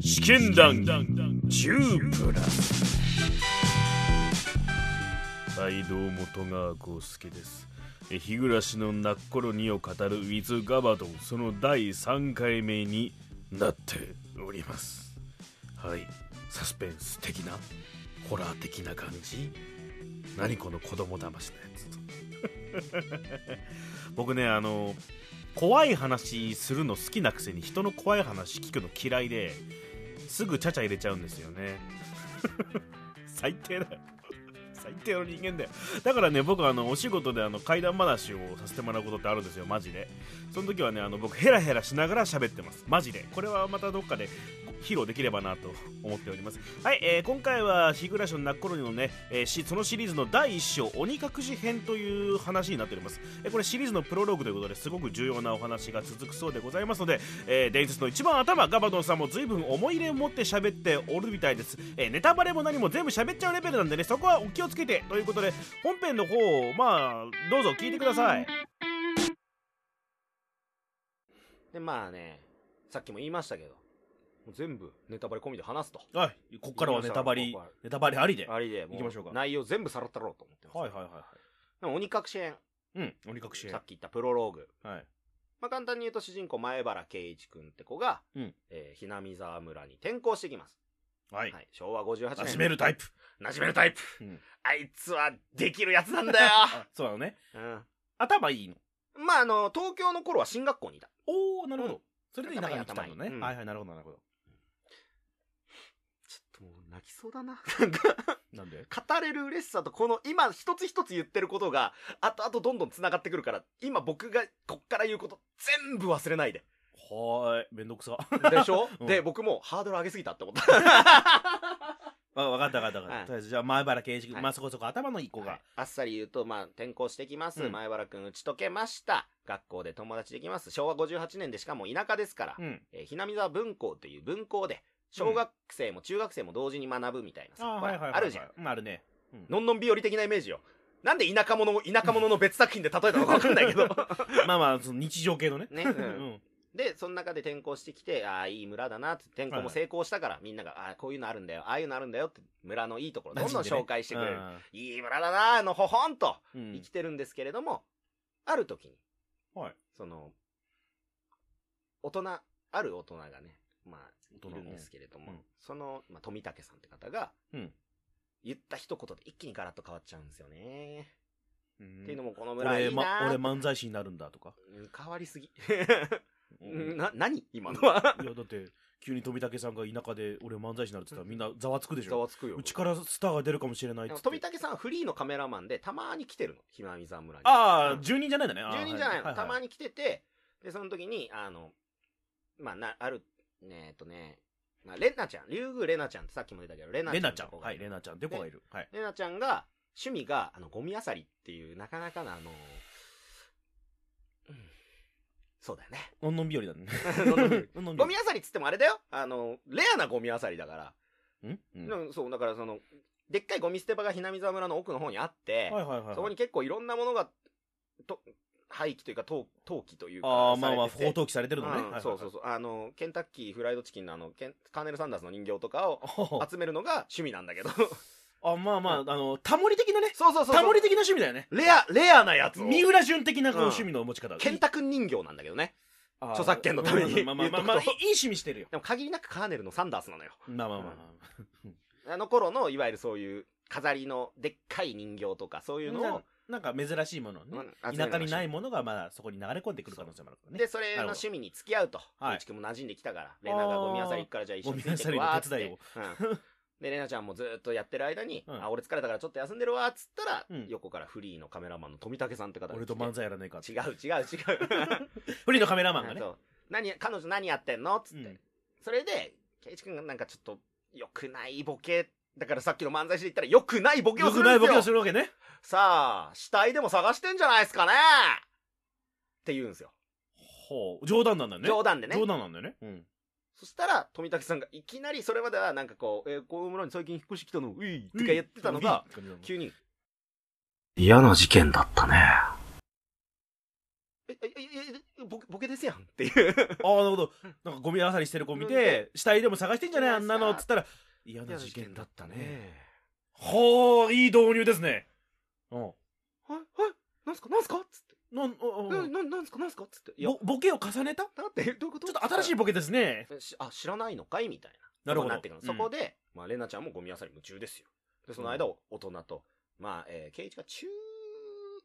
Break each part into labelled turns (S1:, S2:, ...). S1: 試験談10プラスはいどうも戸川浩介ですえ日暮らしのなっころにを語る with ガバドンその第3回目になっておりますはいサスペンス的なホラー的な感じ何この子供騙しのやつ 僕ねあの怖い話するの好きなくせに人の怖い話聞くの嫌いですぐちゃちゃ入れちゃうんですよね 最低だよ 最低の人間だよだからね僕あのお仕事であの怪談話をさせてもらうことってあるんですよマジでその時はねあの僕ヘラヘラしながら喋ってますマジでこれはまたどっかで披露できればなと 思っておりますはい、えー今回は日暮らしのなっころにのね、えーしそのシリーズの第1章鬼隠し編という話になっております、えーこれシリーズのプロローグということですごく重要なお話が続くそうでございますので、えー伝説の一番頭ガバドンさんも随分思い入れを持って喋っておるみたいです、えーネタバレも何も全部喋っちゃうレベルなんでねそこはお気をつけてということで本編の方をまあどうぞ聞いてください
S2: でまあねさっきも言いましたけどもう全部ネタバレ込みで話すと
S1: はいこ
S2: っからはネタバリ
S1: ネタバレありで
S2: ありでも
S1: 行きましょうか
S2: 内容全部さらったろうと思ってます、
S1: いはいは
S2: でも鬼隠し編
S1: いうん鬼隠し
S2: さっき言ったプロローグ、
S1: はい
S2: まあ、簡単に言うと主人公前原圭一君って子が、
S1: うん
S2: えー、ひなみざわ村に転校してきます、
S1: は
S2: はい昭和58年
S1: 馴染めるタイプ
S2: なじめるタイプ、
S1: うん
S2: あいつはできるやつなんだよ、
S1: あ そうなのね
S2: う
S1: 頭いいの
S2: ん、まああの東京の頃は進学校にいた
S1: おおなるほど、
S2: うん
S1: それで田舎に来たの
S2: 頭い
S1: ね、
S2: い頭いいうん
S1: はいはいなるほどなるほど
S2: ちょっともう泣きそう だななんか
S1: なんで
S2: 語れる嬉しさとこの今一つ一つ言ってることが後々どんどん繋がってくるから今僕がこっから言うこと全部忘れないで
S1: はーいめんどくさ
S2: で しょ、
S1: うん
S2: で僕もうハードル上げすぎたって 思った
S1: わわかったわかったわかった、
S2: はい
S1: とりあえずじゃあ前原圭一君、
S2: はい
S1: まあそこそこ頭のいい子が、
S2: あっさり言うとまあ転校してきます、
S1: うん
S2: 前原くん打ち解けました学校で友達できます昭和58年でしかも田舎ですから、
S1: うん
S2: えー、ひなみざ文校という文校で小学生も中学生も同時に学ぶみたいなさ、ほらあるじゃん
S1: んあるね
S2: のんのん日和的なイメージよなんで田舎者を田舎者の別作品で例えたのか分かんないけど
S1: まあまあその日常系のね
S2: ね、
S1: う
S2: うん
S1: ん
S2: で、その中で転校してきて、ああ、いい村だなって、転校も成功したから、みんなが、ああ、こういうのあるんだよ、ああいうのあるんだよって、村のいいところ、どんどん紹介してくれる。いい村だなあの、ほほんと、
S1: うんうん
S2: 生きてるんですけれども、ある時に、
S1: はい
S2: その、大人、ある大人がね、まあ、
S1: 大
S2: い
S1: 人
S2: るんですけれども、
S1: うん
S2: その、まあ、富武さんって方が、
S1: うん
S2: 言った一言で一気にガラッと変わっちゃうんですよね。
S1: うん
S2: っていうのも、この村い
S1: 俺
S2: いな
S1: ま
S2: あ
S1: 俺漫才師になるんだとか
S2: うん変わりすぎ。
S1: うん
S2: な、何今のは。
S1: いやだって急に富武さんが田舎で俺漫才師になるって言ったらみんなざわつくでし
S2: ざ
S1: ょ
S2: わつくよ。
S1: うちからスターが出るかもしれないっ
S2: で
S1: つっ
S2: も
S1: て
S2: 富武さんはフリーのカメラマンでたまに来てるのひなみ沢村に
S1: あ
S2: う
S1: あ
S2: ん
S1: 住人じゃないんだねあー
S2: 住人じゃないの、
S1: はは
S2: たま
S1: に
S2: に来ててでその時にあのまあなあるねえっとね、まあ、レナちゃん竜宮レナちゃんってさっきも出たけどレナ
S1: レナち
S2: ち
S1: ゃ
S2: ゃ
S1: ん
S2: ん
S1: はいレ
S2: レナ
S1: ナちゃんって子がいるはい
S2: レナちゃんが趣味があのゴミ漁りっていうなかなかなあの、うんそうだよね
S1: のんのん日和だね
S2: どんどん見る
S1: のんのん日
S2: ゴ
S1: 和
S2: ミ漁りっつってもあれだよあのレアなゴミ漁りだから、
S1: うんうん
S2: で
S1: はい
S2: もそうだからそのでっかいゴミ捨て場がひなみ沢村の奥の方にあって、
S1: はいはいはい
S2: そこに結構いろんなものが、と、廃棄というか、投投棄というか、
S1: ああまあまあ
S2: され
S1: 放
S2: てて
S1: 投棄されてるのね
S2: う
S1: はいは
S2: ん
S1: いはい
S2: そうそうそう。あの、ケンタッキーフライドチキンのあの、ケンカーネル・サンダースの人形とかを
S1: あ
S2: 集めるのが趣味なんだけど。 そう
S1: あまあまああのタモリ的なね
S2: そうそうそう。
S1: タモリ的な趣味だよね
S2: レア、レアなやつを。
S1: 三浦淳的なこう
S2: うん
S1: 趣味の持ち方
S2: ケンタ君人形なんだけどね。
S1: あー
S2: 著作権のために
S1: まあまあまあまあまあいい
S2: 言っとくと
S1: いい趣味してるよ
S2: でも限りなくカーネルのサンダースなのよ。
S1: まあまあまあ
S2: あの頃の、いわゆるそういう、飾りのでっかい人形とか、そういうのを、
S1: なんか珍しいものをね
S2: うん集め
S1: 田
S2: るのが
S1: 舎にないものがまだそこに流れ込んでくる可能性もあるからね
S2: で、それの趣味に付き合うと。
S1: はい
S2: うんちくんも馴染んできたから。レナがゴミ漁り行くから、じゃあ一緒についてく
S1: ゴミ漁り
S2: わー
S1: の
S2: っつ
S1: 手
S2: って。
S1: 伝いを
S2: うんで、レナちゃんもずーっとやってる間に、
S1: うん
S2: あ、俺疲れたからちょっと休んでるわーっつったら、
S1: うん
S2: 横からフリーのカメラマンの富武さんって方が来て。
S1: 俺と漫才やらないかって
S2: 違う違う違う。
S1: フリ ーのカメラマンがね
S2: そう何、彼女何やってんのっつ
S1: う
S2: って。
S1: ん
S2: それで、ケイチ君がなんかちょっと、良くないボケ。だからさっきの漫才師で言ったら、良くないボケを
S1: よ
S2: す
S1: く
S2: るん
S1: ない
S2: です
S1: ボ
S2: よ。
S1: ケをするわけね
S2: さあ、死体でも探してんじゃないですかねって言うんですよ。
S1: ほう冗談なんだよね
S2: 冗談でね。
S1: 冗談なんだよねうん
S2: そしたら、富武さんがいきなりそれまではなんかこう、えー、この村に最近引っ越してきたの、ういとか言ってたのが、急に。嫌な事件だったね。え、え、え、え、ボケ、ボケですやんっていう。
S1: ああ、なるほど。なんかゴミあさりしてる子見て、死体でも探してんじゃないあんなのっつったら、嫌な事件だったね。。はあ、いい導入ですね。うん。
S2: はい、はい、なんすか、なんすかっつって。
S1: なん、
S2: な、
S1: うん
S2: な、なんすか、なんすかっつって。いや
S1: ぼ、ボケを重ねたち
S2: だって、どういうこと
S1: ょっと新しいボケですね。
S2: えしあ、知らないのかいみたい
S1: な
S2: な。
S1: るほど
S2: そうってくるのそこで、まあ、レナちゃんもゴミ漁り夢中ですよ。で、その間、大人と、まあ、えー、ケイイチが中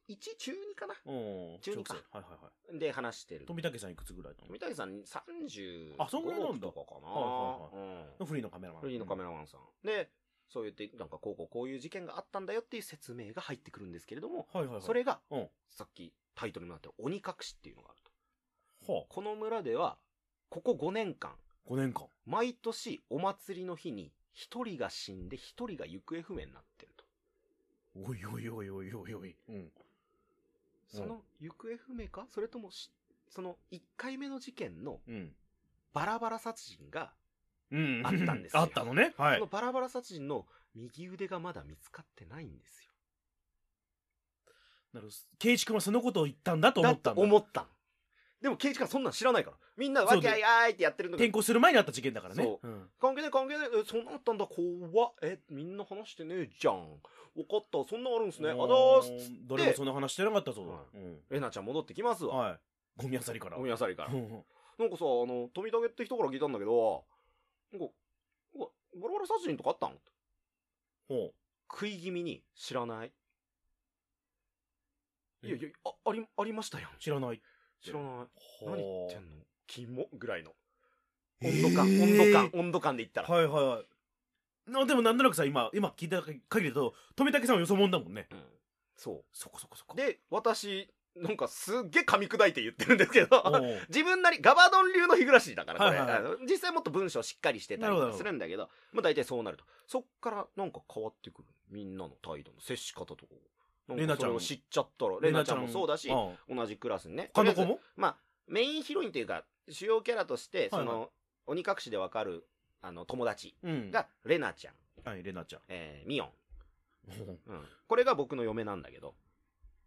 S2: 1、中2かな
S1: うん。
S2: 中二か
S1: はいはいは
S2: で、話してる
S1: い。。富武さんいくつぐらいな
S2: 富田さん30
S1: あそんぐらいなんだ
S2: とかかな。
S1: は
S2: うん。
S1: のフリーのカメラマン。
S2: フリーのカメラマンさん。で、そう言って、なんかこうこうこういう事件があったんだよっていう説明が入ってくるんですけれども、
S1: はいはいはい。
S2: そ、れが、
S1: うん。は
S2: さっきタイトルになってる鬼隠しっていうのがあると。
S1: あ、
S2: この村では、ここ5年間、
S1: 5年間。
S2: 毎年お祭りの日に、一人が死んで一人が行方不明になってると。
S1: おいおいおいおいおいおい。うん。うん
S2: その行方不明かそれともし、その1回目の事件の
S1: うん。
S2: バラバラ殺人が、
S1: うん。
S2: あったんですよ
S1: あったのね。は
S2: そ
S1: い
S2: の。バラバラ殺人の右腕がまだ見つかってないんですよ。
S1: なるほど。ケイチ君はそのことを言ったんだと思
S2: だ
S1: っ
S2: と
S1: たんだ。
S2: 思ったのでも刑事官そんなん知らないからみんなわきあいあいってやってるのに
S1: 転校する前にあった事件だからね。
S2: そ
S1: うん。
S2: 関係ない関係ないえそんなんあったんだ怖っえみんな話してねえじゃん分かったそんなんあるんすねあざーす
S1: す。誰もそんな話してなかったぞ。
S2: は
S1: うん。
S2: レナちゃん戻ってきますわ
S1: はい。ゴミ漁りから。
S2: 飲み漁りから
S1: うんうん
S2: なんかさあの富田って人から聞いたんだけどなんかなんかバラバラ殺人とかあったの
S1: ほ
S2: 食い気味に知らない
S1: え
S2: いやいやあありありましたやん
S1: う。知らない。
S2: 知らない何言ってんのキモぐらいの
S1: えー
S2: 温度感、温度感温度感で言ったら
S1: はいはいはい。なでもなんとなくさ、今、今聞いた限りだと、富武さんはよそもんだもんね。
S2: うんそ。
S1: そこそこそうこ。
S2: で、私、なんかすっげえ噛み砕いて言ってるんですけど
S1: お、う、
S2: 自分なり、ガバドン流の日暮らしだから、これ、
S1: はいはいはい
S2: あの実際もっと文章しっかりしてたりと
S1: なるほ
S2: か
S1: ど
S2: するんだけど、まあ大体そうなると。そっからなんか変わってくる。みんなの態度の接し方とかを。
S1: レナちゃん
S2: なんかそれを知っちゃったら、レナちゃんもそうだし、
S1: ああ
S2: 同じクラスにね。
S1: 他の子
S2: とりあえ
S1: も
S2: ずまあ、メインヒロインというか、主要キャラとして、その、
S1: はい
S2: 鬼隠しでわかる、あの、友達
S1: うん。
S2: が、レナちゃん、
S1: はい、レナ ちゃん。
S2: えー、ミヨン。
S1: うん
S2: うん。これが僕の嫁なんだけど、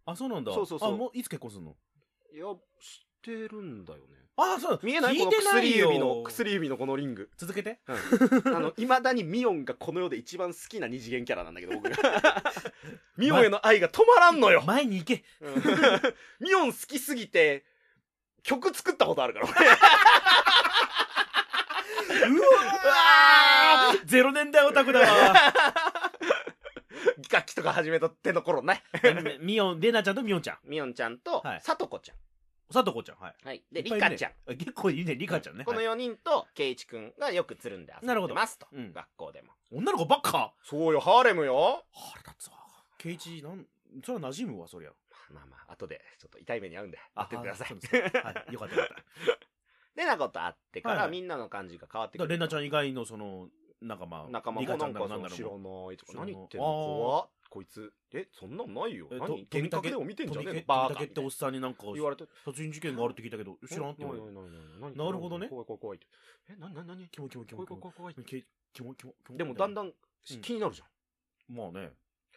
S1: あ、そうなんだ。
S2: そうそうそう
S1: あ、もういつ結婚するの
S2: いや、知ってるんだよね。
S1: あ、そうだ
S2: 見えない
S1: 聞
S2: こ
S1: い
S2: の
S1: てない
S2: 薬
S1: よ
S2: 指の、薬指のこのリング。
S1: 続けて。
S2: あの、未だにミオンがこの世で一番好きな二次元キャラなんだけど、僕が。 ミオンへの愛が止まらんのよ。
S1: 前に行 け。
S2: うんミオン好きすぎて、曲作ったことあるから、
S1: うわーゼロ年代オタクだわ。
S2: 楽器とか始めたっての頃ね。
S1: ミヨン、レナちゃんとミヨンちゃん。
S2: ミオンちゃんと
S1: はい、
S2: サトコちゃ
S1: さとこちゃん、はい。
S2: ん。はい。で、
S1: いっ
S2: リ
S1: ぱいいる
S2: カ
S1: ね
S2: ちゃん。。
S1: あ結構いいね、リカちゃんね。
S2: この
S1: はい
S2: 4人と、ケイイチくんがよくつるんで遊んでますと。
S1: なるほどうん
S2: 学校でも。
S1: 女の子ばっか。
S2: そうよ、ハーレムよ。
S1: あれだってさ。ケイチ、なん、それは馴染むわ、そりゃ。
S2: まあまあ、後で、ちょっと痛い目に遭うんで、会っててください
S1: あ。そうですか はい、よかったよかった。
S2: でなことあってから、
S1: はいはい
S2: みんなの感じが変わって
S1: だ
S2: く
S1: レ
S2: る。
S1: ナちゃん以外のその仲間
S2: 仲間
S1: リカ
S2: も
S1: ち
S2: な
S1: ゃん
S2: ん
S1: だろ
S2: か
S1: うなんだ
S2: その
S1: ろ
S2: 知ら
S1: う
S2: ないとか
S1: 知らな
S2: 何
S1: い
S2: 言ってんの
S1: あー
S2: 怖っこいつえそんなんないよ
S1: え
S2: 何
S1: と
S2: 幻覚でも見てんじゃねえ
S1: 富
S2: の
S1: 武
S2: バ
S1: 富
S2: ーカ
S1: 武っておっさんになんか
S2: 言われて
S1: 殺人事件があるって聞いたけど知らんって言われ
S2: な
S1: る
S2: いないないない
S1: なるほどね
S2: 怖い怖い怖いってえ何何何
S1: キモキモキ
S2: 怖
S1: モ
S2: い
S1: キ
S2: 怖
S1: モ
S2: い怖い怖い
S1: ケイキモキモキモ
S2: でもだん
S1: だ
S2: だん気になるじゃん
S1: んまあね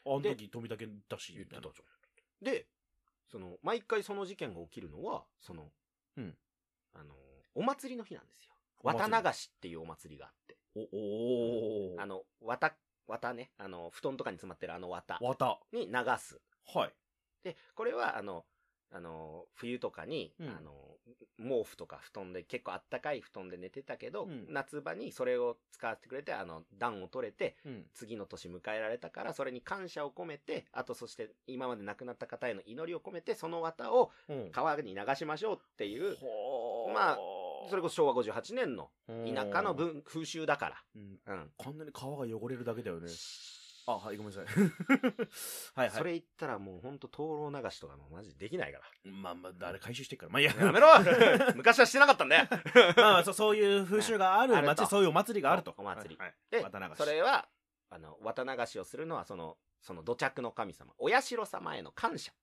S1: あの
S2: で
S1: 時富武だし
S2: 言ってたじ
S1: み
S2: ゃんでその毎回その事件が起きるのはその
S1: うん
S2: あのお祭りの日なんですよ
S1: お祭
S2: 綿
S1: り
S2: 流しっていうお祭りがあって
S1: たいなおお
S2: あの綿綿ねあの布団とかに詰まってるあの綿
S1: わた
S2: に流す
S1: はい
S2: で、これは、あの、あの、冬とかに、
S1: うん
S2: あの、毛布とか布団で、結構あったかい布団で寝てたけど、
S1: うん
S2: 夏場にそれを使わせてくれて、あの、暖を取れて、
S1: うん
S2: 次の年迎えられたから、それに感謝を込めて、あとそして、今まで亡くなった方への祈りを込めて、その綿を
S1: うん
S2: 川に流しましょうっていう、
S1: ほー
S2: まあそれこそ昭和58年の田舎の文風習だか
S1: うん
S2: ら。うん。
S1: こんなに皮が汚れるだけだよねあはいごめんなさい はいはい
S2: それ言ったらもうほんと灯籠流しとかもうマジできないから。
S1: まあまあ誰回収してっからまあいいや
S2: や めろ昔はしてなかったんだよ
S1: まあ、そうそういう風習がある
S2: はいある
S1: 町、
S2: と
S1: そういうお祭りがあると。
S2: お祭り
S1: はい
S2: で
S1: 渡流し、
S2: それは、あの、綿流しをするのは、その、その土着の神様、お社様への感 謝。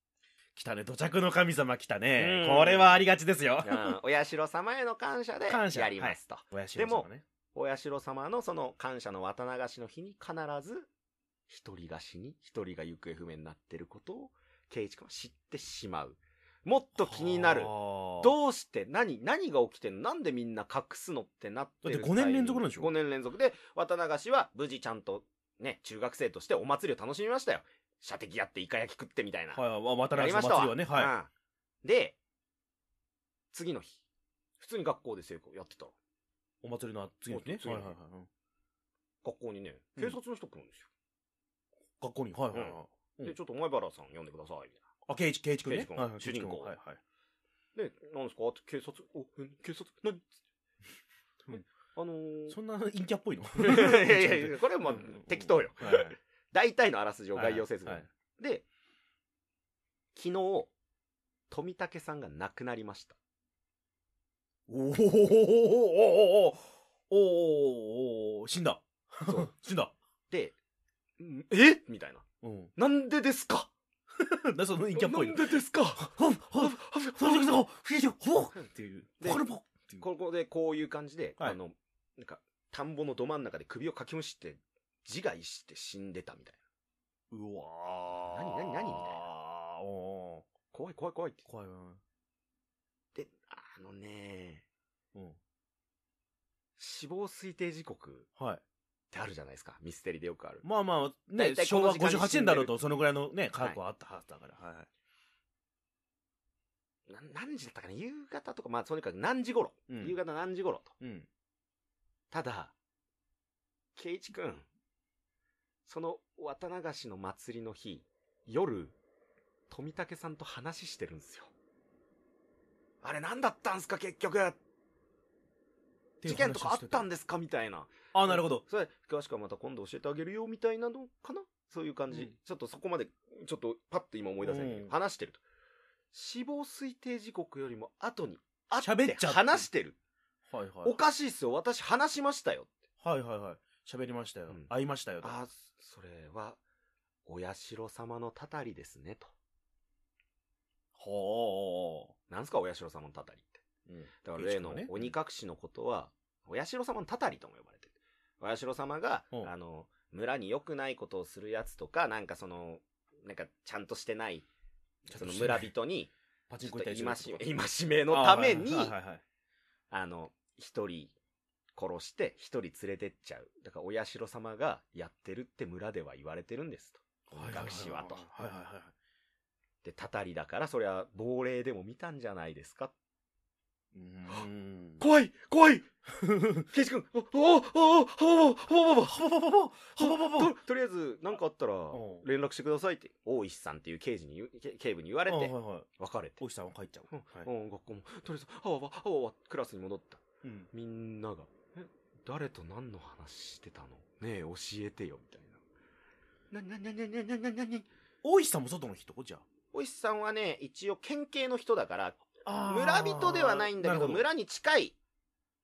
S1: 来たね、土着の神様来たね。
S2: うん
S1: これはありがちですよ。
S2: お社様への感謝で、
S1: 感謝
S2: やりますと。
S1: お社様ね。
S2: お社様のその感謝の綿流しの日に必ず、一人が死に、一人が行方不明になっていることを、圭一君は知ってしまう。もっと気になる。
S1: ど
S2: どうして何何が起きてんのなんでみんな隠すのってなってる
S1: だって五年連続なんでしょ
S2: 5年連続で渡流しは無事ちゃんとね中学生としてお祭りを楽しみましたよ射的やってイカ焼き食ってみたいな、
S1: はい、わ渡
S2: や
S1: 辺
S2: り
S1: さ
S2: ま
S1: ん
S2: した
S1: 祭
S2: わ
S1: りはね、は
S2: うんで次の日普通に学校で成功やってた
S1: い。お祭りの次の日ね。
S2: そう
S1: はいはい
S2: 次の日
S1: はい。
S2: 学校にね
S1: うん
S2: 警察の人来るんですよ、
S1: 学校に、はいはいはい。うん
S2: でちょっと前原さん呼んでくださいみたいな
S1: あ、ケイチ、ケイチ君ね
S2: ケイチ。君
S1: はいはい
S2: 主人公
S1: ケイチ君はいはい。
S2: で、なんですかって警察、お、え警察、何
S1: うん
S2: あのー、
S1: そんな陰キャっぽいの
S2: いやいやいや、これはまあ
S1: うん
S2: 適当よ。
S1: はいはい
S2: 大体のあらすじを概要せずに。
S1: はい
S2: で、昨日、富武さんが亡くなり ました。
S1: おおおおおおおおお死んだ。死んだ。
S2: で、んえみたいな。
S1: うん。
S2: なんでですか
S1: だその陰キャっぽい
S2: な
S1: の
S2: ん。でですか
S1: ほんほんほんほんほんっていう。
S2: で
S1: ほんほんっていう。
S2: ここでこういう感じで、
S1: はい
S2: あの、なんか、田んぼのど真ん中で首をかきむしって、自害して死んでたみたいな。
S1: うわー。
S2: 何何何みたい
S1: な。お
S2: 怖い怖い怖いって
S1: ー。怖いわ。
S2: で、あのね、
S1: うん。
S2: 死亡推定時刻っ
S1: はい。
S2: てあるじゃないですか。ミステリーでよくある。
S1: まあまあ、ね
S2: 大、体こ
S1: 昭
S2: の
S1: 和
S2: 時間に
S1: 58年だろうと、そのぐらいのね、科学はあったはずだから。はいはい。
S2: な何時だったかな夕方とか、まあとにかく何時頃。
S1: うん
S2: 夕方何時頃と。
S1: うん。
S2: ただ、ケイチ君、その渡流しの祭りの日、夜、富武さんと話してるんですよ。あれ何だったんすか結局事件とかあったん
S1: で。
S2: ですかみたいな。
S1: あ、なるほど。
S2: それ、詳しくはまた今度教えてあげるよ、みたいなのかなそういう感じ、
S1: うん
S2: ちょっとそこまで、ちょっとパッて今思い出せないけど、
S1: うん
S2: 話してると。死亡推定時刻よりも後に、会
S1: 喋っちゃって
S2: 話してる。
S1: はいは
S2: おかしいっすよ、私話しましたよ。
S1: はいはいはい。喋りましたよ
S2: うん。
S1: 会いましたよ。
S2: あ、それは、お社様のたたりですね、と。
S1: ほ
S2: なんすか、お社様のたたりって。
S1: う。うん。
S2: だから例の
S1: ね
S2: 鬼隠しのことは、お社様のたたりとも呼ばれてる。お社様が、
S1: うん
S2: あの、村に良くないことをするやつとか、なんかその、なんかちゃんとしてない、その村人に、
S1: パチ
S2: ち
S1: ン
S2: ょ
S1: コ
S2: っ
S1: 行
S2: と
S1: ったり
S2: 戒
S1: するやつとか
S2: め、戒めのために
S1: あ、はいはいはいはい
S2: あの、一人殺して、一人連れてっちゃう。だから、お社様がやってるって村では言われてるんですと。
S1: はい
S2: 学士はと
S1: はいはいはい。
S2: で、たたりだから、そりゃ、亡霊でも見たんじゃないですか。
S1: うーん。
S2: 怖い怖いケイジ君、お、お、お、お、お、お、お、
S1: ほぼぼぼほぼぼぼ
S2: ととりあえず、なんかあったら
S1: お、う
S2: 連絡してくださいって、大石さんっていう刑事に言う、け警部に言われ
S1: はいはい
S2: て、
S1: はい。
S2: 別れて。
S1: おじさんは帰っちゃう。
S2: う
S1: はい。
S2: ん、学校も、とりあえず、あわわ、あわわ、クラスに戻った。
S1: うん。
S2: みんなが、え、誰と何の話してたのねえ、教えてよ、みたいな。な、な、な、な、な、な、な、な、
S1: 大石さんも外の人じゃ
S2: お石さんはね、一応県警の人だから、
S1: あ。
S2: 村人ではないんだけど、
S1: は
S2: 村に近い、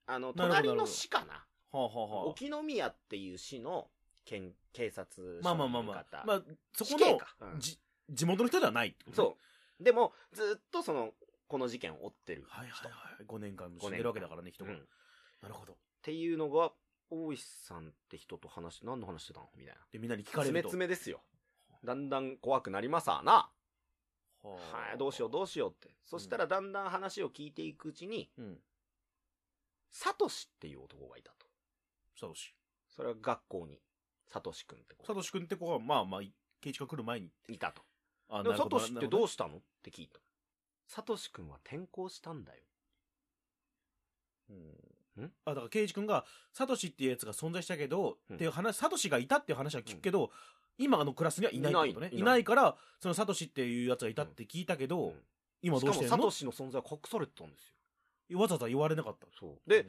S2: あの、
S1: なるほど
S2: 隣
S1: なる
S2: の
S1: ほど
S2: 市かな。
S1: あはあはあ。
S2: 沖宮っていう市の県警察
S1: まあ
S2: 署
S1: ま
S2: の
S1: あまあ
S2: 方
S1: まあ。まあ、そこ
S2: 死刑
S1: の
S2: か、うん
S1: じ、地元の人ではないってことね。
S2: そうでもずっとそのこの事件を追ってる
S1: はいはい
S2: 人、
S1: はい。5年間死んでるわけだからね、人が。
S2: うんっ
S1: なるほど。
S2: ていうのが大石さんって人と話して何の話してたのみたいな
S1: で、みんなに聞かれ
S2: 詰め
S1: ると。
S2: 詰めですよだんだん怖くなりますわな
S1: はあ
S2: はいどうしようどうしようってそしたらだんだん話を聞いていくうちに
S1: うん。
S2: サトシっていう男がいたと
S1: サトシ。
S2: それは学校にサトシ君って子
S1: サ
S2: が
S1: トシ君って子が、まあまあ、ケイチが来る前に。
S2: いたと
S1: あ
S2: でもサトシってど
S1: う
S2: うしたのって聞いたサトシ君は転校したんだよん
S1: あ、だからケイジ君が、サトシっていうやつが存在したけど、
S2: うん
S1: っていう話、サトシがいたっていう話は聞くけど、今あのクラスにはいないってことね。い
S2: いないいない
S1: ないから、そのサトシっていうやつがいたって聞いたけど、
S2: うん
S1: 今
S2: し
S1: どう
S2: か
S1: し
S2: も
S1: てん
S2: サ
S1: の
S2: トシの存在は隠されてたんですよ
S1: わざわざ言われなかった。
S2: そうで、
S1: うん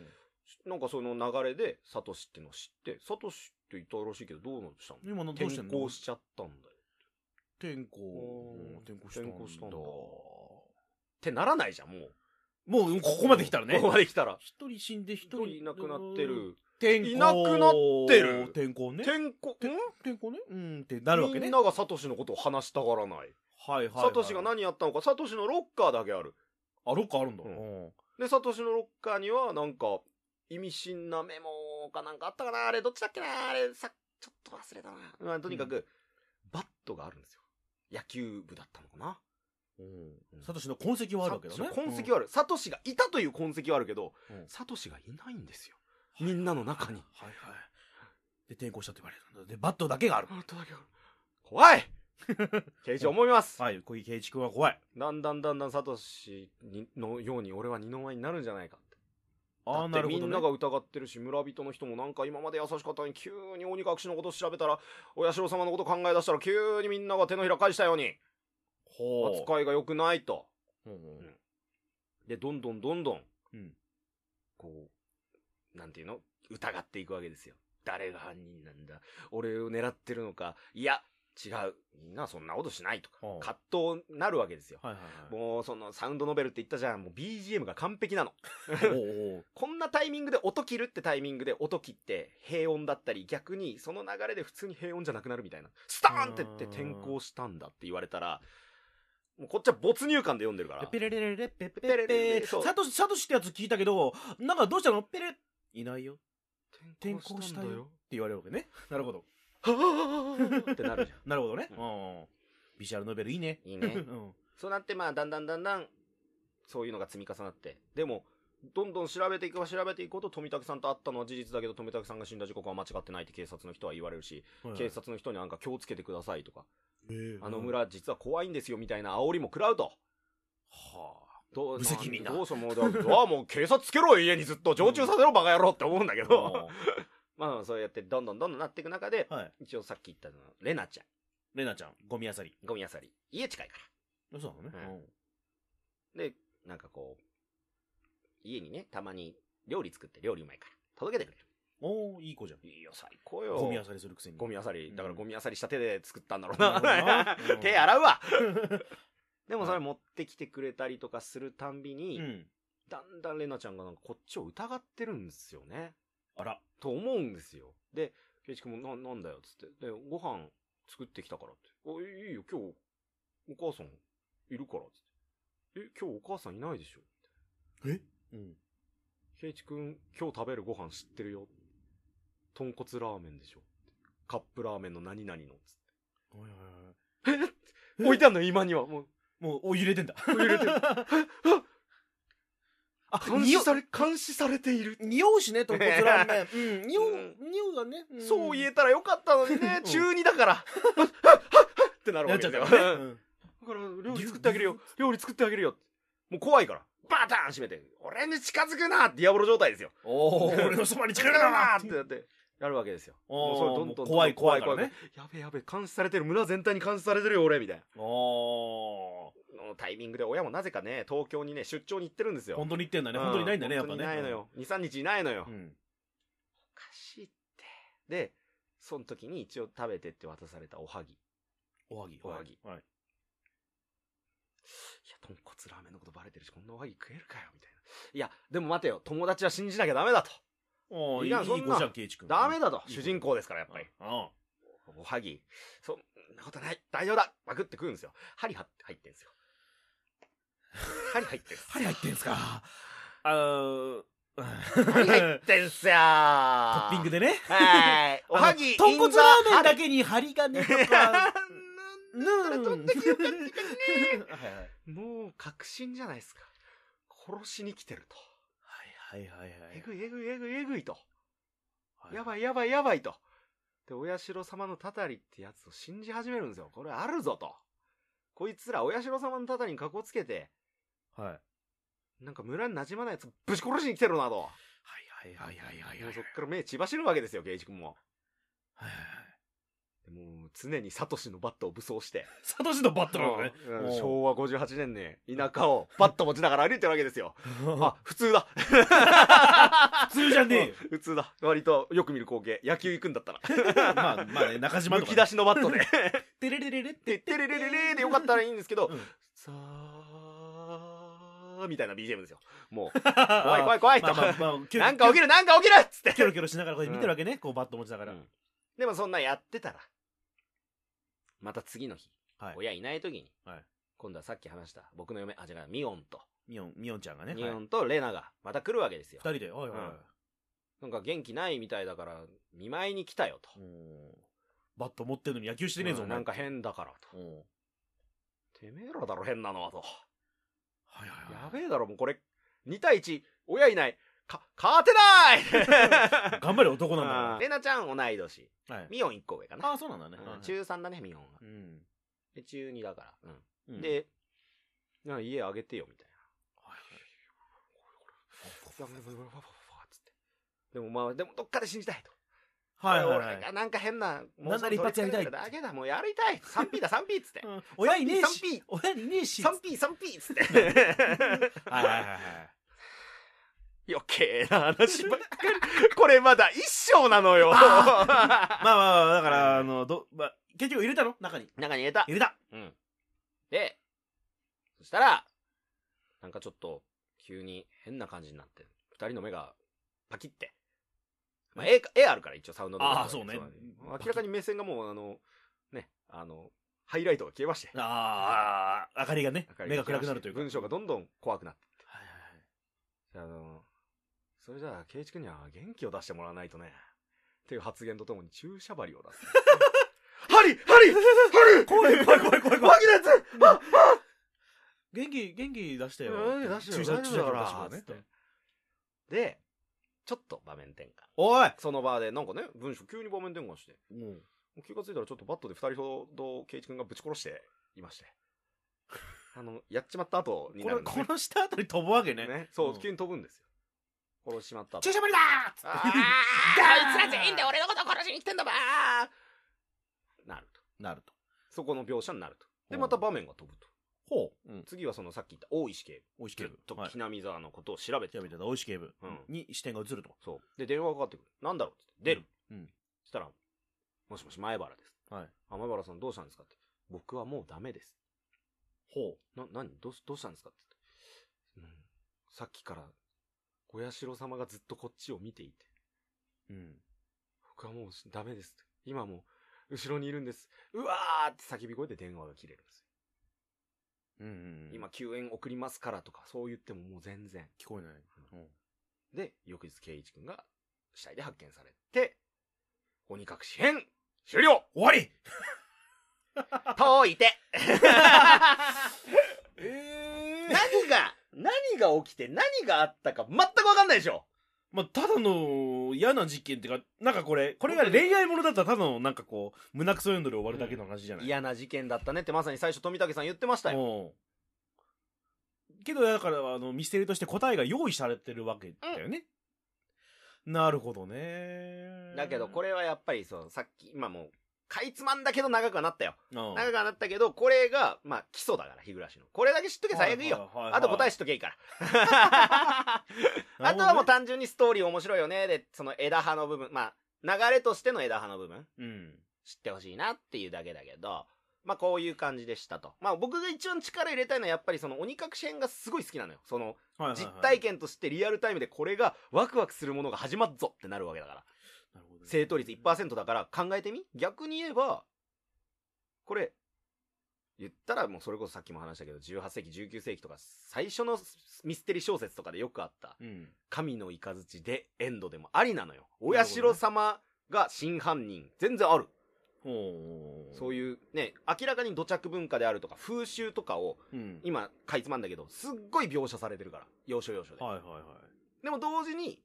S2: なんかその流れで、サトシってのを知って、サトシっていたらしいけど、どうなしたの
S1: 今のどうして
S2: 転
S1: んの
S2: 校しちゃったんだよ。
S1: 転
S2: お
S1: 校
S2: ー。
S1: うん転校したんだ。
S2: 転校したんだ
S1: も
S2: ってならないじゃん、もう。
S1: う、ここまで来たらね。
S2: ここまで来たら。
S1: 一人死んで一
S2: 一
S1: 人
S2: 人いなくなって。る。
S1: 転校。
S2: いなくなってる
S1: 転校ね。
S2: 転校、
S1: て
S2: ん
S1: 転校ね。うん、ってなるわけ
S2: み
S1: ね。
S2: ん
S1: は
S2: ながサトシのことを話したがらない。
S1: いはいはい。
S2: サトシが何やったのか、サトシのロッカーだけある。
S1: あ、ロッカーあるんだ。
S2: う
S1: うんん
S2: で、サトシのロッカーには、なんか、意味深なメモかなんかあったかなあれ、どっちだっけなあれ、さ、ちょっと忘れたな。まあ、とにかく、バットがあるんですよ。野球部だったのかな
S3: うん
S1: サトシの痕跡はあるわけだね
S2: サトシの痕跡はある。サトシがいたという痕跡はあるけど、
S1: うん
S2: サトシがいないんですよ。みんなの中に。
S1: はいはいで転校したと言われるんだでバッ トだけがある
S2: あとだけある 怖い刑事思います、
S1: はい小池栄一君は怖い
S2: だんだんだんだんサトシにのように俺は二の舞になるんじゃないかって。
S1: ああなるほど
S2: だってみん
S1: ね
S2: なが疑ってるし、村人の人もなんか今まで優しかったのに急に鬼隠しのこと調べたら、お社様のこと考え出したら急にみんなが手のひら返したように、
S1: ほう
S2: 扱いが良くないと。
S1: うんうん
S2: うんで、どんどんどんどん、
S1: うん
S2: こう、なんていうの疑っていくわけですよ。誰が犯人なんだ俺を狙ってるのかいや、違う。みんなそんなことしないとか
S1: は、あ
S2: 葛藤になるわけですよ。
S1: はいはい
S2: もうそのサウンドノベルって言ったじゃん。もう BGM が完璧なの。
S1: はいおうおう
S2: こんなタイミングで音切るってタイミングで音切って平穏だったり、逆にその流れで普通に平穏じゃなくなるみたいな。スターンって言って転校したんだって言われたら、もうこっちは没入感で読んでるから。
S1: ペレレレレペペ
S2: ペレ
S1: ペ
S2: レ
S1: ペ
S2: レそう
S1: サトシサトシってやつ聞いたけどなんかどうしたのペレいないよって
S2: 転
S1: 転校したよ言われるわけね なるほど
S2: はぁーってなるじゃ
S1: なるほどね
S2: うん
S1: うんうんビジュアルノベルいいね
S2: ん。いいう ね。
S1: ん
S2: そうなって、まあ、だんだんだんだん、そういうのが積み重なって。でも、どんどん調べていけば調べていくほど、富武さんと会ったのは事実だけど、富武さんが死んだ時刻は間違ってないって警察の人は言われるし、警察の人になんか気をつけてくださいとか、あの村実は怖いんですよみたいな煽りも食らうと。
S1: はあ
S2: どう
S1: 無責任だ
S2: どうしようもう だから、あもう警察つけろよ家にずっと、常駐させろバカ野郎って思うんだけど。まあ、そうやってどんどんどんどんなっていく中 で、
S1: はい
S2: 一応さっき言ったの、レナちゃん、
S1: レナちゃんゴミ漁り
S2: ゴミ漁り、家近いから。
S1: そうなのね
S2: うんで、なんかこう、家にね、たまに料理作って料理うまいから、届けてくれる。
S1: おおいい子じゃん
S2: いいよ、最高よ。
S1: ゴミ漁りするくせに
S2: ゴミあさり。だからゴミあさりした手で作ったんだろう
S1: なる
S2: な
S1: ほど。な
S2: 手洗うわ でも
S1: はい
S2: それ持ってきてくれたりとかするたんびに、
S1: うん
S2: だんだんレナちゃんがなんかこっちを疑ってるんですよね。
S1: あら
S2: と思うんですよ。で、ケイチ君もな、なんだよ、つって。で、ご飯作ってきたからって。お、いいよ、今日、お母さん、いるから、つって。え、今日お母さんいないでしょ
S1: えうん
S2: ケイチ君、今日食べるご飯知ってるよ。豚骨ラーメンでしょ。カップラーメンの何々の。つっ
S1: はいはいはい
S2: て
S1: え
S2: 置いてあんの、今には。もう、
S1: もうお揺れて んだ
S2: お揺 れてる
S1: あ
S2: 監視され、監視されている。
S1: 匂うしね、豚骨ラーメン。うん、匂う、匂うがね。ん
S2: そう言えたらよかったのにね
S1: う、ん
S2: 中二だから。 はっはっはっはっってなる
S1: な
S2: わ
S1: っ
S2: け
S1: ちゃっ
S2: だ
S1: た
S2: よ。
S1: よ
S2: だ
S1: ね
S2: か。
S1: うん
S2: ら、料理作ってあげるよ。料理作ってあげるよ。もう怖いから。バターン閉めて、俺に近づくなディアボロ状態ですよ。
S1: おー、俺のそばに近
S2: 近
S1: 寄
S2: づ
S1: る
S2: く
S1: な
S2: な ってなって、やるわけですよ。
S1: お
S2: もう
S1: ー
S2: それどんどんどんどん
S1: 怖い怖いからね。
S2: やべやべ、監視されてる。村全体に監視されてるよ、俺、みたいな。
S1: お
S2: のタイミングで親もなぜかね、東京にね、出張に行ってるんです
S1: ー。
S2: よ。
S1: 本当に言ってんだね。
S2: う
S1: 本当にないんだね、やっぱね。
S2: 本当にいないのよ。2、3日いないのよ。
S1: う
S2: お
S1: ん。
S2: かしいって。で、その時に一応食べてって渡されたおはぎ。い
S1: おはぎ。
S2: おはぎ
S1: はい。
S2: や、豚骨ラーメンのことバレてるし、こんなおはぎ食えるかよ、みたいな。いや、でも待てよ、友達は信じなきゃダメだと。
S1: おー、
S2: い
S1: い
S2: や
S1: い
S2: そ
S1: い
S2: ん
S1: い
S2: な
S1: 子じゃん、ケイチ君。
S2: ダメだと。
S1: うん
S2: 主人公ですから、やっぱり。
S1: あ
S2: おはぎ。そんなことない。大丈夫だ。バクって食うんですよ。針は入ってんですよ。針入っ てんす。
S1: 針入ってんすか。あー、ト
S2: 針入
S1: ッ
S2: ってんすよ
S1: ピングでね。
S2: はい。おはぎ、
S1: 豚骨ラーメンだ
S2: け
S1: けに針がねとか。 うん。
S2: 取ってきよかったね
S1: はいはい。
S2: もう確信じゃないですか。殺しに来てると。
S1: はいはいはいは
S2: えぐいえぐいえぐいえぐいと。
S1: い。
S2: やばいやばいやばいと。で、親代様のたたりってやつを信じ始めるんですよ。これあるぞと。こいつら親代様のたたりにかこつけて、
S1: はい。はい
S2: なんか村に馴染まないやつぶち殺しに来てるなと。も
S1: はいはいはいはいは
S2: う
S1: い
S2: そっ。から目血走るわけですよ、ゲイジ君も。
S1: はいはいはい
S2: でもう常にサトシのバットを武装して。
S1: サトシのバットなのね。
S2: うん
S1: おう
S2: 昭和58年ね、田舎をバット持ちながら歩いてるわけですよ。 あ
S1: あ、、
S2: 普通だ。
S1: 普通じゃ ね
S2: 普通だ。割とよく見る光景。野球行くんだったら。
S1: えよ。まあまあね、中島
S2: む
S1: とか、
S2: き
S1: ね。
S2: 出しのバッ トで。
S1: てれれれれって。
S2: で、てれれれれでよかったらいいんですけど、
S1: うん
S2: さーみたいな BGM ですよ。も う、怖
S1: 怖
S2: い 怖い怖いと。
S1: まあまあま あ、
S2: なんか起き
S1: る。
S2: るなんか起きるっつって。
S1: キョロキョロしながらこう見てるわけね、こうバット持ちながら。
S2: うんでもそんなやってたら、また次の日、
S1: はい。
S2: 親いない時に、
S1: はい
S2: 今度はさっき話した僕の嫁、あ、違う、ミオンと、
S1: ミオン、ミオンちゃんがね。
S2: ミ
S1: はい
S2: オンとレナがまた来るわけですよ
S1: 二。人で、はいは
S2: なんか元気ないみたいだから、見舞いに来たよと。
S1: い。おーバット持ってるのに野球してねえぞ、
S2: うんなんか変だからと。
S1: おー。
S2: ってめえらだろ、変なのはと。
S1: はいはい
S2: や
S1: は
S2: べえだろ、もうこれ、2対1、親いない、か、勝 てない
S1: い頑張れ男なんだ
S2: あーレナちゃん同い年。
S1: からはい
S2: ミオン1個上かな。
S1: ああそうなんだね
S2: うん
S1: はいはい
S2: 中3だね、ミオンが
S1: う。ん
S2: で中2だから。うん
S1: うん
S2: で、なんか家あげてよ、みたい
S1: はい
S2: な。つってでもまあ、でもどっかで信じたいと。
S1: はいはいはい
S2: 俺がなんか変な、
S1: なんなら一発やりたい
S2: だけだ、もうやりたい。3P だ、3P っつって。
S1: うん親いねえし
S2: 3P
S1: 親にいねえし
S2: 3P、3P っつって。
S1: はいはいはいはい
S2: 余計な話ばっかり。これまだ一章なのよ。
S1: まあまあまあだからあのどまあ結局入れたの中に
S2: 中に入れた。
S1: 入れた
S2: うん。で、そしたら、なんかちょっと、急に変な感じになって、二人の目が、パキって。まあ、絵か、絵あるから一応サウンドの
S1: ああそうね
S2: 明らかに目線がもう、あの、ね、あの、ハイライトが消えまして。
S1: ああ明かりがね
S2: 明かり
S1: 目が
S2: 消え
S1: 暗く
S2: まして
S1: なるというか
S2: 文章がどんどん怖くなって。
S1: はいはいはい
S2: あの、それじゃあ、ケイチ君には元気を出してもらわないとね。っていう発言とともに注射針を出す。針針 針
S1: 怖い怖い怖い怖い怖い
S2: マジのやつ
S1: 元気元気出してよ
S2: うん出してよ
S1: 注射
S2: 大
S1: 注
S2: 丈夫
S1: 射器
S2: だから
S1: を出してよ
S2: つっ
S1: ね
S2: てで、ちょっと場面転換。
S1: おい
S2: その場で、なんかね、文章急に場面転換して、気がついたらちょっとバットで二人ほど、ケイチ君がぶち殺していまして。 あの、やっちまった後に
S1: こ
S2: なる
S1: の
S2: んで
S1: この下あたり飛ぶわけね
S2: ね。ねそう、
S1: ん
S2: 急に飛ぶんですよ。殺しちまった後。
S1: 注射針だーっつって
S2: あーあいつら全員で俺のことを殺しに来てんだばーなると。
S1: なると
S2: そこの描写になると。で、
S1: うん
S2: また場面が飛ぶと。
S1: ほう、うん、
S2: 次はそのさっき言った大石警
S1: 美味し
S2: 部。
S1: け
S2: ずっ
S1: ぶ
S2: と
S1: はい
S2: 木南沢のことを調べ
S1: 調
S2: てた
S1: べてた美味しけぶ
S2: うん
S1: に視点が移ると
S2: そう。で、電話がかかってくる。なんだろうって出る。
S1: うんうん
S2: そしたら、もしもし、前原です。
S1: はい
S2: あ、前原さんどうしたんですかって。僕はもうダメです。
S1: ほ
S2: な、何どうし、どうしたんですかって言って。うん、さっきから、親代様がずっとこっちを見ていて。
S1: う、うん、
S2: 僕はもうダメです。今もう後ろにいるんです。うわーって叫び声で電話が切れるんですよ。
S1: うんうんうん
S2: 今救援送りますからとかそう言ってももう全然。
S1: 聞こえない、うん
S2: で、翌日圭一君が死体で発見されて、鬼隠し編終了
S1: 終わり
S2: 解 いて
S1: え
S2: 何が、何が起きて何があったか全くわかんないでしょ
S1: まあ、ただの嫌な実験っていうか、なんかこれ、これが恋愛ものだったらただのなんかこう、胸くそ読んどる終わるだけの話じゃない、
S2: 嫌な事件だったねってまさに最初富武さん言ってましたよ。
S1: うんけど、だから、あの、ミステリーとして答えが用意されてるわけだよね。なるほどね。
S2: だけどこ
S1: れ、
S2: れはやっぱりそう、さっき、今もう、かいつまんだけど長くはなったよ。
S1: うん
S2: 長くはなったけど、これが、まあ、基礎だから、日暮らしの。これだけ知っとけ最悪いいよ。。あと答え
S1: し、
S2: 知っとけいい から。
S1: な
S2: あ
S1: るほどね
S2: とはもう、単純にストーリー面白いよね。で、その枝葉の部分。まあ、流れとしての枝葉の部分。
S1: うん。
S2: 知ってほしいなっていうだけだけど、まあ、こういう感じでしたと。まあ、僕が一番力入れたいのはやっぱりその鬼隠し編がすごい好きなのよ。その、
S1: はいはいはい
S2: 実体験としてリアルタイムでこれがワクワクするものが始まっぞってなるわけだから。
S1: なるほどね
S2: 正答率1%だから考えてみ逆に言えば、これ、言ったらもうそれこそさっきも話したけど、18世紀、19世紀とか、最初のミステリー小説とかでよくあった、
S1: うん。
S2: 神の雷でエンドでもありなのよ。親代様が真犯人、全然ある。
S1: ほう。
S2: そう
S1: い
S2: いうね、明らかに土着文化であるとか、風習とかを、
S1: う。うん。
S2: 今、かいつまんだけど、すっごい描写されてるから、要所要所で。
S1: はいはいはい。
S2: でも同時に、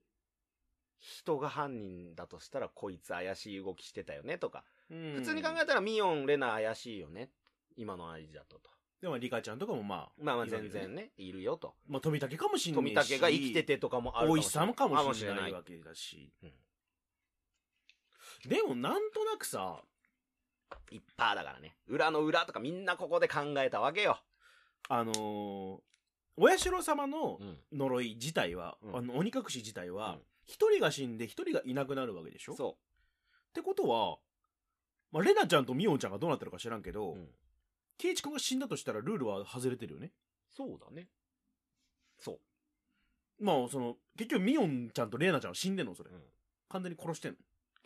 S2: 人が犯人だとしたら、こいつ怪しい動きしてたよねとか、
S1: 普
S2: 普通に考えたらミオン、レナ怪しいよね。今の愛だとと。
S1: でも、リカちゃんとかもまあ、
S2: まあまあ
S1: いるわけ
S2: 全
S1: だよ
S2: 然ね、いるよと。
S1: まあ、富竹かもしんない
S2: 富
S1: し。
S2: 武が生きててとかもある
S1: 美味しさもかもしれ
S2: か
S1: ない
S2: も
S1: わけだし
S2: うん。
S1: でもなんとなくさ、
S2: いっぱいだからね。裏の裏とかみんなここで考えたわけよ。
S1: あのー、親代様の
S2: うん。
S1: 呪い自体は、
S2: うん
S1: あの鬼隠し自体
S2: う
S1: は
S2: ん
S1: 一、人が死んで一人がいなくなるわけでしょっ
S2: そ
S1: てことは、まあ、レナちゃんとミオンちゃんがどうなってるか知らんけ
S2: う。
S1: ど、
S2: うん
S1: ケイチ君が死んだとしたらルールは外れてるよね
S2: そうだね。そう。
S1: まあその結局ミオンちゃんとレナちゃんは死んでんのそれ、
S2: うん
S1: 完全に殺してんの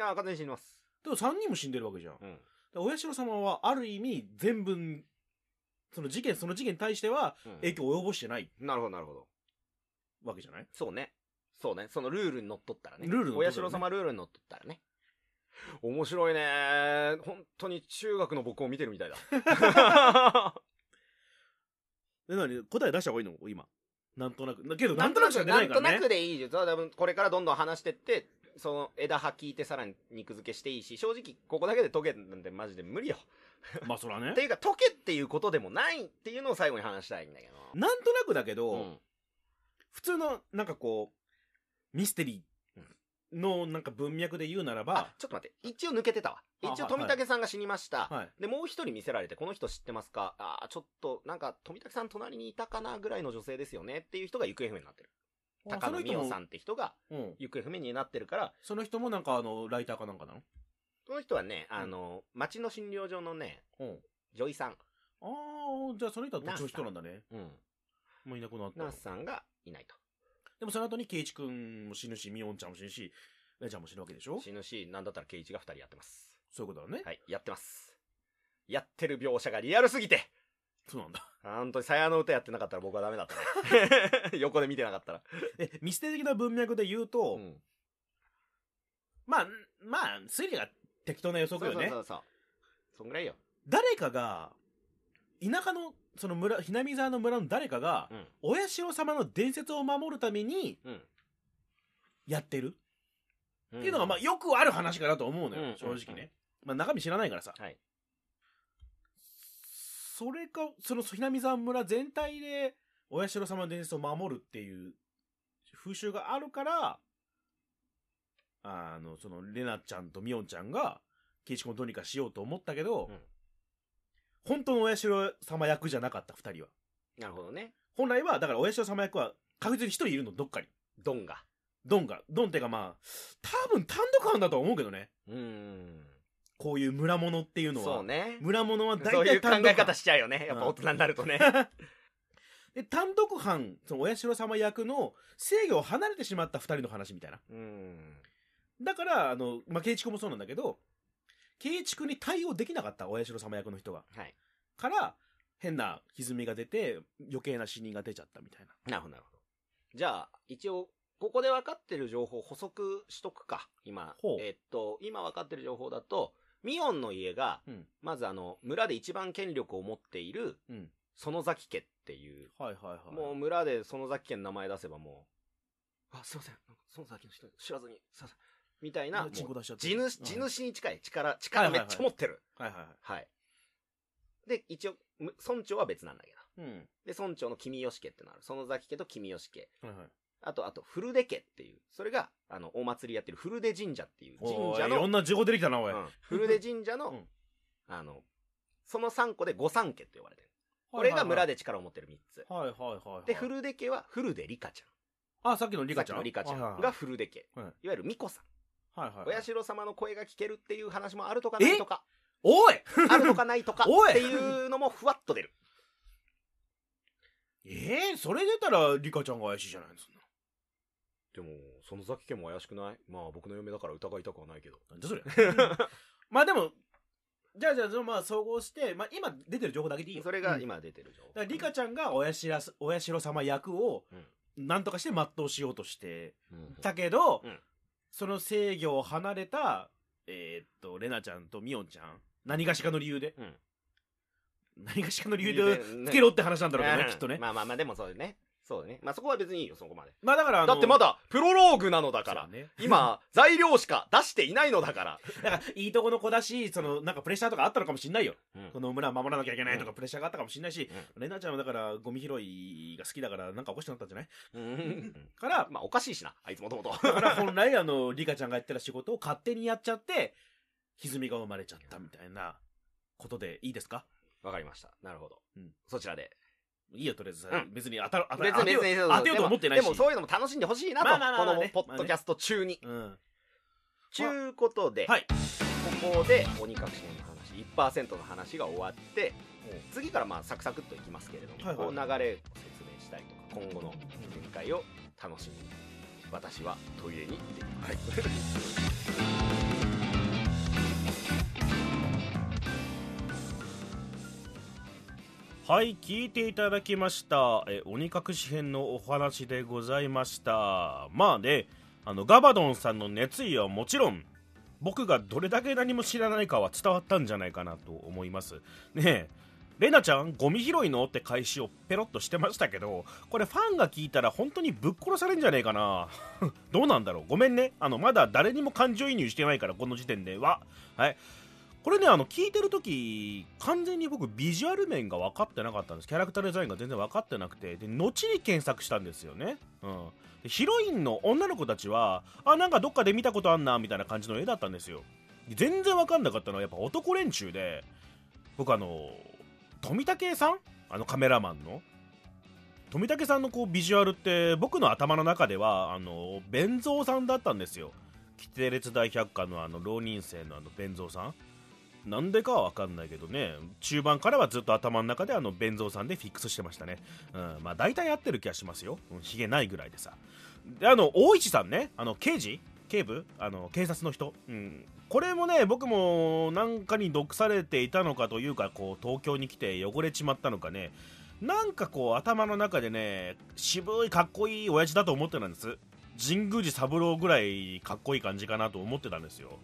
S2: ああ、完全に死にます。
S1: でも3人も死んでるわけじゃん
S2: うん。
S1: だから親代様はある意味全文その事件その事件に対しては影響を及ぼしてない
S2: なるほど、なるほど。
S1: わけじゃない
S2: そうね。そうね。そのルールにのっとったらね。
S1: ルールにのっと
S2: 親
S1: ったらね
S2: 代様ルールにのっとったらね。面 白いね。本当に中学の僕を見てるみたいだ。
S1: え何答え出した方がいいの今なんとなくだけどなんとなくしか出ないから
S2: なん
S1: ね
S2: となくでいいじゃんそう多分これからどんどん話してってその枝葉聞いてさらに肉付けしていいし正直ここだけで溶けなんてマジで無理よ
S1: まあそら
S2: っ
S1: ね
S2: ていうか溶けっていうことでもないっていうのを最後に話したいんだけど
S1: なんとなくだけど、
S2: うん
S1: 普通のなんかこうミステリーのなんか文脈で言うならば
S2: あ、ちょっと待って一応抜けてたわ
S1: あ
S2: 一応
S1: はい
S2: 富武さんが死にました、
S1: はい、
S2: でもう一人見せられてこの人知ってますかああちょっとなんか富武さん隣にいたかなぐらいの女性ですよねっていう人が行方不明になってる高
S1: そ
S2: 野
S1: の
S2: 美
S1: 人
S2: 桜
S1: も
S2: さんって人が
S1: うん、
S2: 行方不明になってるから
S1: その人もなんかあのライターかなんかなの
S2: この人はねあの、町の診療所のね
S1: うん
S2: 女医さん、
S1: ああじゃあその人は途中の人なんだね
S2: うん、
S1: もういなくなった
S2: ナースさんがいないと
S1: でもその後に圭一君も死ぬしみおんちゃんも死ぬしレイちゃんも死ぬわけでしょ
S2: 死ぬしなんだったら圭一が2人やってます
S1: そういうことだね、
S2: はいやってますやってる描写がリアルすぎて
S1: そうなんだ
S2: あ本当に鞘の歌やってなかったら僕はダメだった ね横で見てなかったら、
S1: えミステリー的な文脈で言うと、
S2: ん、
S1: まあまあ推理が適当な予測よね
S2: そうそうそうそうそんぐらいよ、
S1: 誰かが田舎のその村雛見沢の村の誰かが、
S2: うん
S1: お社様の伝説を守るために
S2: うん、
S1: やってる、
S2: っ
S1: っていうのがまあよくある話かなと思うのよ、
S2: うん
S1: 正直ね、まあ、中身知らないからさ、
S2: はい
S1: それかその雛見沢村全体でお社様の伝説を守るっていう風習があるからあのそのレナちゃんとミオンちゃんがケイチコをどうにかしようと思ったけど、
S2: うん
S1: 本当のお社様役じゃなかった2人は
S2: なるほどね
S1: 本来はだからお社様役は確実に1人いるのどっかに
S2: ドンが
S1: ドンがドンっていうかまあ多分単独犯だとは思うけどね
S2: うーん
S1: こういう村物っていうのは
S2: そうね
S1: 村物は
S2: そ
S1: 大
S2: うい
S1: 体
S2: う考
S1: 単独
S2: え
S1: 犯
S2: 方しちゃうよねやっぱ大人になると ね、
S1: で単独犯そのお社様役の制御を離れてしまった2人の話みたいな
S2: うーん
S1: だからあの、まあ、圭一君もそうなんだけど圭一君に対応できなかったお社様役の人が
S2: はい
S1: から変な歪みが出て余計な死人が出ちゃったみたいな
S2: なるほどなるほどじゃあ一応ここで分かってる情報補足しとくか今
S1: ほう
S2: えっと今分かってる情報だとミオンの家が、
S1: うん
S2: まずあの村で一番権力を持っている
S1: うん
S2: 園崎家っていう
S1: はいはいはい
S2: もう村で園崎家の名前出せばもう、あ、すいません。なんか園崎の人知らずに、すいません。みたいな、もう
S1: チンコ出しちゃって
S2: 地
S1: る
S2: 主、地
S1: うん
S2: 主に近い力、力めっちゃ持ってる。
S1: はいはいは
S2: はいで、一応、む村長は別なんだけど。
S1: いうん
S2: で、村長の君吉家ってのある。園崎家と君吉家。
S1: はいはい
S2: あと、あと、古出家っていう。それが、あの、お祭りやってる古出神社っていう神
S1: お
S2: 社
S1: いいろ
S2: の、
S1: んな情報出てきたなお
S2: う
S1: い、
S2: ん 古出神社の、
S1: うん
S2: あの、その3個で御三家って呼ばれてる。これが村で力を持ってる3つ。
S1: はいはいはい
S2: で、
S1: はい
S2: 古出家は古出リカちゃん。
S1: あさっきのリカちゃ
S2: さっきの
S1: ん
S2: リカちゃ
S1: はい
S2: ん
S1: はい
S2: が古出家。
S1: はい
S2: いわゆる巫女さん。
S1: はいはいはい
S2: お社様の声が聞けるっていう話もあるとかないとか、
S1: おい
S2: あるとかないとか
S1: おい
S2: っていうのもふわっと出る。
S1: ええそれ出たらリカちゃんが怪しいじゃないのそんな
S2: でも、その崎家も怪しくないまあ僕の嫁だから疑いたくはないけど。
S1: なんじゃそれ まあでもじゃあじゃあそのまあ総合して、まあ、今出てる情報だけでいいよ
S2: それが
S1: うんだ
S2: 今出てる情報。
S1: からリカちゃんがおやしらすお社様役を
S2: うん
S1: なんとかして全うしようとして
S2: うん
S1: たけど、
S2: うん
S1: その制御を離れたえーっとレナちゃんとミオンちゃん何がしかの理由で、
S2: うん
S1: 何がしかの理由でつけろって話なんだろうけどね、
S2: うん
S1: きっとね、まあ、
S2: まあまあまあ、でもそうだね。そうだね。まあそこは別にいいよ、そこまで。
S1: だからあの
S2: だってまだプロローグなのだか
S1: そ
S2: ら
S1: う。ね
S2: 今、材料しか出していないのだから。
S1: だからいいとこの子だしそのなんかプレッシャーとかあったのかもしんないよ
S2: うん
S1: この村守らなきゃいけないと
S2: う
S1: かプレッシャーがあったかもしれないし、レナちゃんはだからゴミ拾いが好きだからなんかおかしくなったんじゃない
S2: うん
S1: から、
S2: まあおかしいしな、あいつもともと。
S1: だから本来あの、リカちゃんがやってた仕事を勝手にやっちゃって、歪みが生まれちゃったみたいなことでいいですか
S2: わかりました。なるほど。
S1: うん
S2: そちらで。
S1: いいよ、とりあえず、
S2: うん
S1: 別に当たる、当たる
S2: 別に別に
S1: 当てようと思ってないし。
S2: でもでもそういうのも楽しんでほしいなと、
S1: まあまあまあまあね
S2: このポッドキャスト中に。
S1: うん。
S2: ちゅうことで、
S1: はい。
S2: ここで鬼隠しの話1%の話が終わって次からまあサクサクっといきますけれども、
S1: はいはい
S2: こう流れを説明したりとか今後の展開を楽しみに私はトイレに行ってきます。
S3: はい、聞いていただきました。え、鬼隠し編のお話でございました。まあね、あの、ガバドンさんの熱意はもちろん、僕がどれだけ何も知らないかは伝わったんじゃないかなと思います。ねえ、
S1: レナちゃんゴミ拾いのって返しをペロッとしてましたけどこれファンが聞いたら本当にぶっ殺されんじゃねえかな どうなんだろうごめんねあのまだ誰にも感情移入してないからこの時点でははいこれねあの聞いてる時完全に僕ビジュアル面が分かってなかったんですキャラクターデザインが全然分かってなくてで後に検索したんですよねうんでヒロインの女の子たちはあなんかどっかで見たことあんなみたいな感じの絵だったんですよで全然分かんなかったのはやっぱ男連中で僕あの富武さんあのカメラマンの富武さんのこうビジュアルって僕の頭の中ではあの弁蔵さんだったんですよ吉定列大百科のあの浪人生のあの弁蔵さんなんでかは分かんないけどね中盤からはずっと頭の中であの弁蔵さんでフィックスしてましたね、うん、まあ大体合ってる気がしますようんひげないぐらいでさであの大石さんねあの刑事警部あの警察の人、うん、これもね僕もなんかに毒されていたのかというかこう東京に来て汚れちまったのかねなんかこう頭の中でね渋いかっこいい親父だと思ってたんです神宮寺三郎ぐらいかっこいい感じかなと思ってたんですよ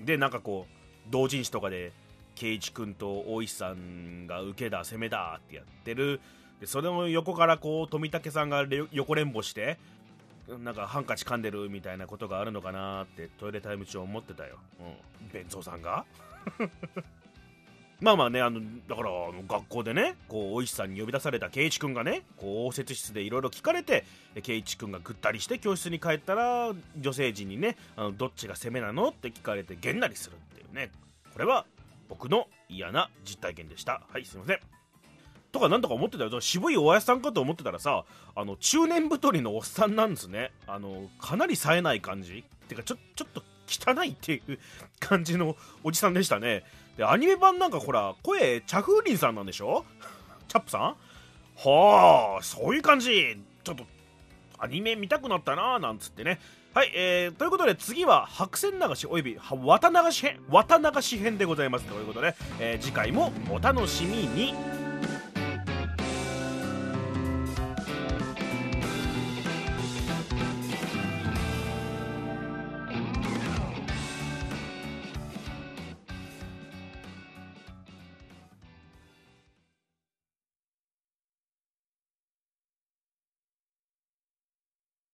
S1: でなんかこう同人誌とかで圭一君と大石さんが受けだ攻めだってやってるでそれの横からこう富武さんがれ横連歩してなんかハンカチ噛んでるみたいなことがあるのかなってトイレタイム中思ってたよ、うん、弁蔵さんがまあまあねあのだからあの学校でねこうお医師さんに呼び出された圭一君がねこう応接室でいろいろ聞かれてで圭一君がぐったりして教室に帰ったら女性陣にねあのどっちが攻めなのって聞かれてげんなりするっていうねこれは僕の嫌な実体験でしたはいすいませんとかなんとか思ってたよ渋いおやじさんかと思ってたらさあの中年太りのおっさんなんですねあのかなり冴えない感じてかちょちょっと汚いっていう感じのおじさんでしたねでアニメ版なんかほら声茶風林さんなんでしょチャップさんはあそういう感じちょっとアニメ見たくなったななんつってねはい、えー、ということで次は白線流しおよびは綿流し編綿流し編でございますということで、えー次回もお楽しみに